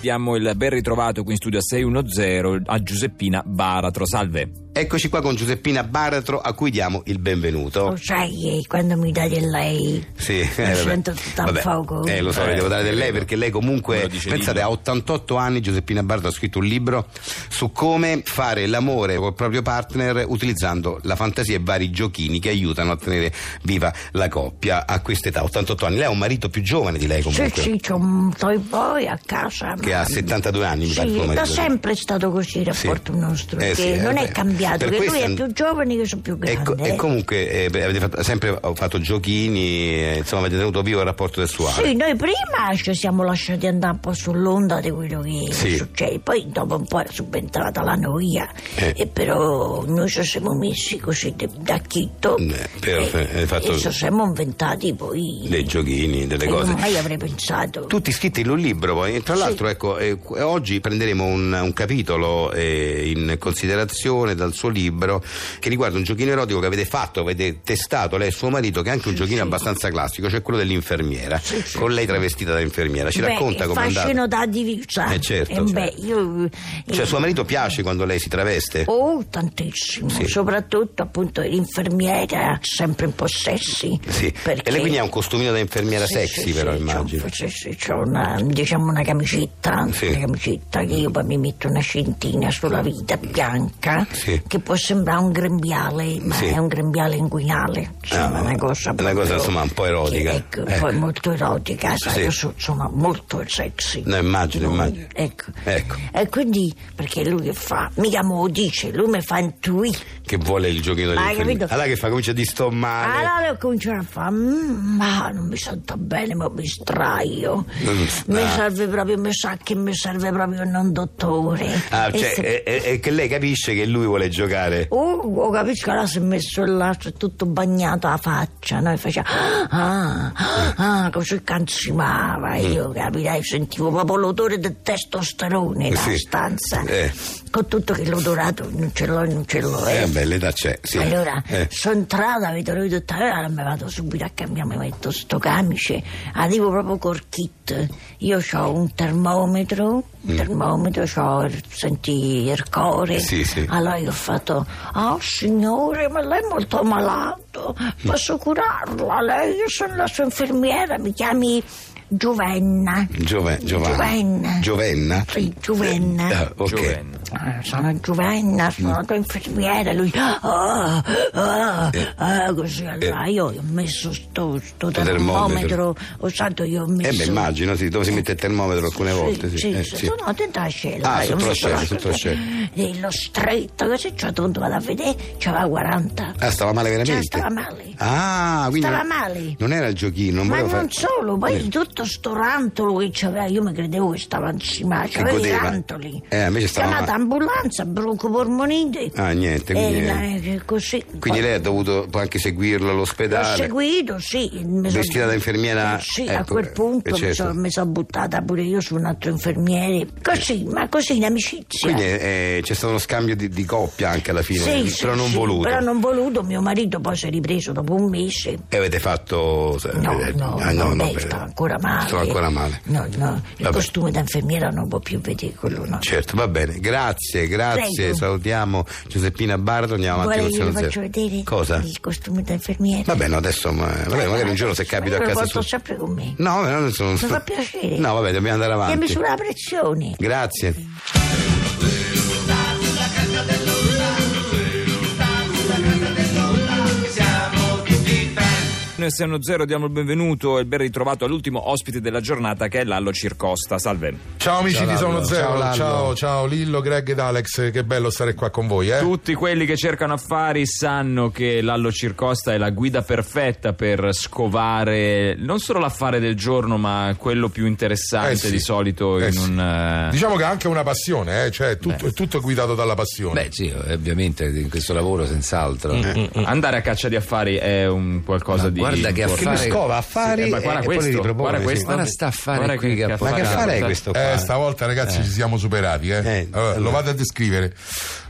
Diamo il ben ritrovato qui in studio a 610 a Giuseppina Baratro. Salve. Eccoci qua con Giuseppina Baratro a cui diamo il benvenuto. Lo sai quando mi dai del lei? Sì, eh, Mi vabbè. sento tutta a Vabbè. fuoco. Eh, lo so, Eh, le devo dare del lei credo. perché lei comunque, Me lo dice pensate, Lillo. a 88 anni Giuseppina Bardo ha scritto un libro su come fare l'amore col proprio partner utilizzando la fantasia e vari giochini che aiutano a tenere viva la coppia a quest'età, 88 anni. Lei ha un marito più giovane di lei Sì, comunque, sì, c'ho un toy boy a casa. che ha 72 anni, mi pare Sì, suo da marito. sempre è stato così il Sì. rapporto nostro, Eh che sì, eh, non è beh. cambiato, Per che lui questo- è più giovane che sono più grande. E, co- e eh. comunque eh, beh, avete fatto- sempre ho fatto giochini, eh, insomma avete tenuto vivo il rapporto sessuale. Sì, noi prima ci siamo lasciati andare un po' sull'onda di quello che Sì. succede, poi dopo un po' è subentrata la noia, Eh. e però noi ci siamo messi così de- da chitto Eh, però, e, eh, hai fatto- e Eh, ci siamo inventati poi Dei giochini, delle che cose. non mai avrei pensato. Tutti iscritti in un libro, poi. tra Sì. l'altro ecco, eh, qu- oggi prenderemo un, un capitolo eh, in considerazione dal suo libro che riguarda un giochino erotico che avete fatto, avete testato lei e suo marito, che è anche un giochino abbastanza classico, cioè quello dell'infermiera, con lei travestita da infermiera. Ci Beh, racconta come è fascino andato. da divisa. Eh, certo, Eh, beh, certo. io... Cioè eh, suo marito piace quando lei si traveste? Oh, tantissimo, Sì. soprattutto appunto l'infermiera, sempre in possessi. Sì. perché- E lei quindi ha un costumino da infermiera Sì, sexy sì, però sì, immagino. c'ho- Sì, sì, c'ho una, diciamo una camicetta, Sì. una camicetta che io poi mi metto una scintina sulla vita bianca Sì. che può sembrare un grembiale, ma Sì. è un grembiale inguinale, insomma, Ah, una cosa una cosa, proprio- insomma, un po' erotica. che, ecco, Eh. poi molto erotica, sai, Sì. io so- insomma, molto sexy. No, immagino, immagino. Ecco. Ecco. E quindi, perché lui che fa? Mica me lo dice, lui mi fa intuire. Che vuole il giochino Ah, dell'infermiera. capito. Allora che fa? Comincia a distommare. Allora ho cominciato a fare, "Mm, ma non mi sento bene, ma mi straio. Mm, Mi ah. serve proprio, mi sa che mi serve proprio un dottore. Ah, E cioè, è, se- è- è che lei capisce che lui vuole giocare. Oh, oh, capisco, allora si è messo là, si è tutto bagnato la faccia, no? E faceva, ah, ah, così canzimava, Mm. e io capirai, sentivo proprio l'odore del testosterone nella Eh Sì. stanza, Eh. con tutto che l'odorato non ce l'ho, non ce l'ho, eh. Eh, beh, l'età c'è, sì. Allora, Eh. sono entrata, vedo lui tutta allora mi vado subito a cambiare, mi metto sto camice, arrivo proprio col kit. Io ho un termometro, Mm. un termometro, ho, senti il cuore. Sì, sì. Allora io ho fatto, oh signore, ma lei è molto malato, posso curarla? Lei, io sono la sua infermiera, mi chiami Giovenna. Giove- Giovanna. Giovenna. Giovenna? Sì, Giovenna. Ah, ok. Giovanni. Ah, Eh, Sono Giovanna, sono la tua infermiera. Lui, ah, ah, Eh, ah, così. Allora io ho messo sto, sto termometro. termometro, ho santo io ho messo... Eh, beh, immagino, sì, dove si mette il termometro alcune Sì, volte. Sì, sì, eh, sì, sì. sono attenta alla scena. Ah, dai, sotto ho la messo scena, sotto la scena. E lo stretto, così ci ho dovuto vado a vedere, c'aveva 40. Ah, stava male veramente? Cioè, stava male. Ah, quindi... Stava non- male. Non era il giochino, non Ma voleva non fare- solo, poi Eh, tutto sto rantolo che c'aveva, io mi credevo che stava ansimando, c'aveva i godeva. rantoli. Eh, invece stava Chiamata male. ambulanza, broncopolmonite. Ah, niente, E quindi... la- eh, così. Quindi Poi lei ha dovuto poi anche seguirlo L'ho all'ospedale. seguito, sì. mi son- Vestita da infermiera, Eh, Sì, a ecco, quel eh, punto mi certo. son- mi sono buttata pure io su un altro infermiere. Così, ma così in amicizia. Eh. Quindi eh, c'è stato uno scambio di, di coppia anche alla fine, Sì, di- sì, però non sì, voluto. Però non voluto, mio marito poi si è ripreso dopo un mese. E avete fatto... No, eh, no, ah, no, no, lei beh, stava ancora male. Stava ancora male. No, no, il Vabbè. costume da infermiera non può più vedere quello, no. Certo, va bene, grazie, grazie, Prego. salutiamo Giuseppina Bardo, andiamo avanti Vuole con che glielo Siano faccio Zero. vedere Cosa? il costume da infermiera? Va bene, no, adesso ma- vabbè, magari un giorno se capito a Lo casa porto sua. sempre con me. No, vabbè, non sono... Mi fa piacere. No, vabbè, dobbiamo andare E avanti. misura la pressione. Grazie. Noi siamo zero, diamo il benvenuto e ben ritrovato all'ultimo ospite della giornata che è Lallo Circosta. Salve. Ciao amici Ciao di Sono Lallo. Ciao Zero, Lallo. ciao, ciao, Lillo, Greg ed Alex, che bello stare qua con voi. Eh? Tutti quelli che cercano affari sanno che Lallo Circosta è la guida perfetta per scovare non solo l'affare del giorno, ma quello più interessante Eh sì. di solito Eh in sì. un. eh, Diciamo che è anche una passione, eh? cioè tutto, è tutto guidato dalla passione. Beh sì, ovviamente in questo lavoro senz'altro. Andare a caccia di affari è un qualcosa Ma di. guarda che importante. affare- Scova, affari Eh, ma guarda e- e poi questo, li ripropone, guarda sì. questo. Guarda sta affare Guarda qui che Ma che affare affare è questo Eh, qua? stavolta ragazzi ci siamo superati, eh? Eh, Allora, allora. lo vado a descrivere.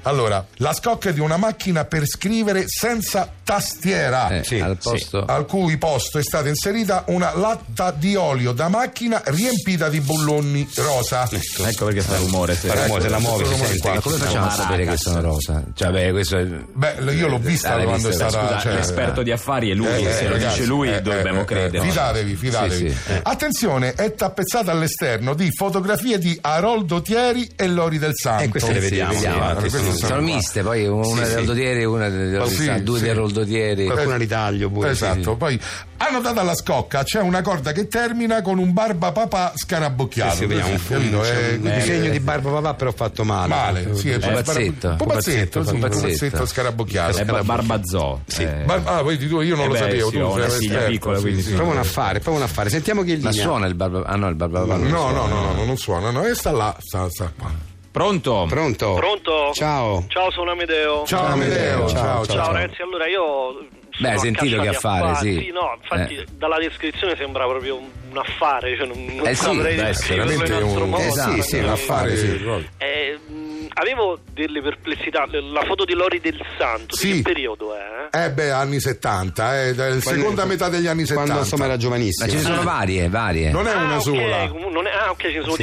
Allora, la scocca di una macchina per scrivere senza tastiera. Eh, sì, al sì. posto Al cui posto è stata inserita una latta di olio da macchina riempita di bulloni rosa. Ecco perché Eh, fa rumore. sì. Fa rumore, se la muovi si Questo sente. Ma ecco, rumore che- come facciamo a sapere che sono rosa? Cioè, beh, questo è... Beh, l- io l'ho vista l'hai quando vista, è Scusa, stata. cioè, Eh, l'esperto di affari è lui, eh, eh, se lo ragazzi, dice lui eh, dobbiamo eh, eh, credere. Fidatevi, fidatevi. Sì, sì. Attenzione, è tappezzata all'esterno di fotografie di Aroldo Thieri e Lori del Santo. Eh, queste le vediamo. vediamo, sì, queste queste sono- Sono qua. miste, poi una Sì, di sì. Roldodieri e una di Oh, sì, due sì. di Roldodieri. Qualcuno ritaglio pure. Esatto, poi annotata alla scocca c'è una corda che termina con un barbapapà Sì, scarabocchiato. sì, vediamo un, Così, capito? c'è Eh, un quindi- disegno di Barba Papà però fatto male. male, sì, eh, è Pupazzetto. pupazzetto, sì, un Pupazzetto. pupazzetto scarabocchiato. È Bar- Barbazzò. eh. Bar- ah, vedi tu, io non Eh lo beh, sapevo. sì, tu ho sei una un figlia esperto, piccola, sì, quindi sì. sì. Proprio un affare, proprio un affare. Sentiamo chi è in Ma linea. suona il barba... Ah no, il barbapapa non No, suona. no, no, no, non suona, no, e sta là, sta, sta qua. Pronto? Pronto? Pronto? Ciao. Ciao, sono Amedeo. Ciao Amedeo, ciao, ciao. Ciao, ragazzi, allora io... Beh, hai sentito che affare, sì. no, infatti Eh. dalla descrizione sembra proprio un affare, cioè non, non Eh sì, saprei beh, descriverlo in veramente altro un- Esatto, modo. Eh sì, quindi- sì, un affare, sì. proprio. Eh, mh, avevo delle perplessità, la foto di Lori del Santo, Sì. di che periodo è? Eh beh, anni 70, eh, della Quando- seconda metà degli anni 70. Quando insomma era Ma ce ne giovanissimo. sono varie, varie. Non è Ah, una ok, sola. comu- non è- ah, ok, ci sono Sì,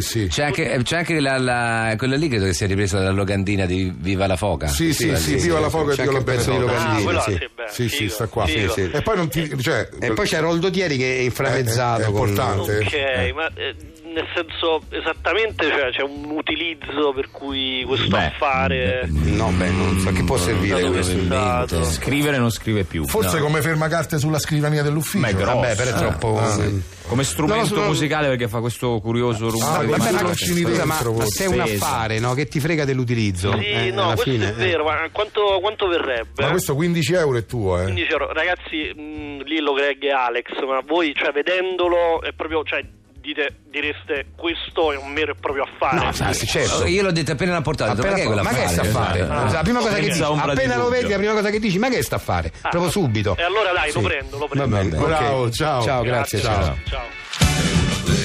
Sì, sì. C'è anche, c'è anche la, la- quella lì credo che sia ripresa dalla locandina di Viva la Foca. Sì, sì, Quella sì, lì. viva la foca e C'è Dio la anche il pezzo di benedica. Ah, Locandina, quella sì. sì, beh, Sì, sì, figo, sta qua. figo. Sì, sì. E poi non ti... Cioè, E poi c'è Roldo Thieri che è inframezzato. Eh, eh, è con- importante. Ok, ma eh, nel senso esattamente cioè, c'è un utilizzo per cui questo Beh, affare No, beh, non so che può è servire stato questo. pensato. Scrivere non scrive più. Forse come fermacarte sulla scrivania dell'ufficio. Eh, Ma è grosso. Vabbè, Ah, però è troppo. Come strumento No, sono- musicale perché fa questo curioso rumore. Ah, di Vabbè, vabbè, macchina. ma, Macchini scusa, dentro, ma- ma forse. sei un affare, no? Che ti frega dell'utilizzo. Sì, eh, no, alla questo fine, è eh. vero, ma quanto, quanto verrebbe? Ma questo 15 euro è tuo, eh. 15 euro. Ragazzi, mh, Lillo, Greg e Alex, ma voi, cioè, vedendolo, è proprio, cioè, dite, direste questo è un vero e proprio affare. No, sa- sì, certo. Oh, Io l'ho detto appena l'ha portato, ho detto, Appena- ma che è quella ma che sta a fare? Ah. La prima cosa che Senza dici, ombra di appena lo dubbio. vedi, la prima cosa che dici, ma che sta a fare? Ah, Proprio subito. E allora dai, lo Sì. prendo, lo Va prendo. bene. ok. Bravo, ciao. Ciao, grazie. ciao. ciao.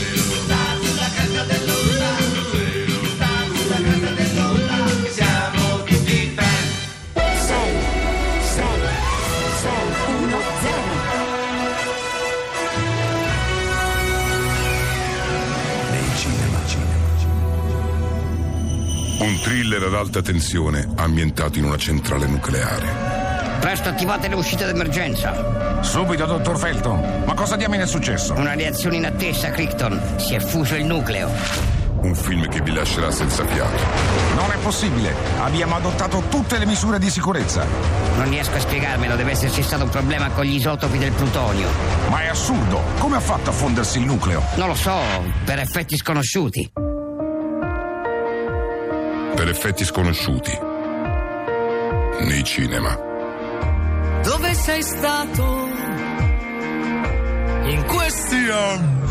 Un thriller ad alta tensione ambientato in una centrale nucleare. Presto attivate le uscite d'emergenza. Subito, dottor Felton. Ma cosa diamine è successo? Una reazione inattesa, Crichton. Si è fuso il nucleo. Un film che vi lascerà senza fiato. Non è possibile. Abbiamo adottato tutte le misure di sicurezza. Non riesco a spiegarmelo, deve esserci stato un problema con gli isotopi del plutonio. Ma è assurdo. Come ha fatto a fondersi il nucleo? Non lo so, per effetti sconosciuti. Per effetti sconosciuti. Nei cinema. Eh. Dove sei stato in questi anni?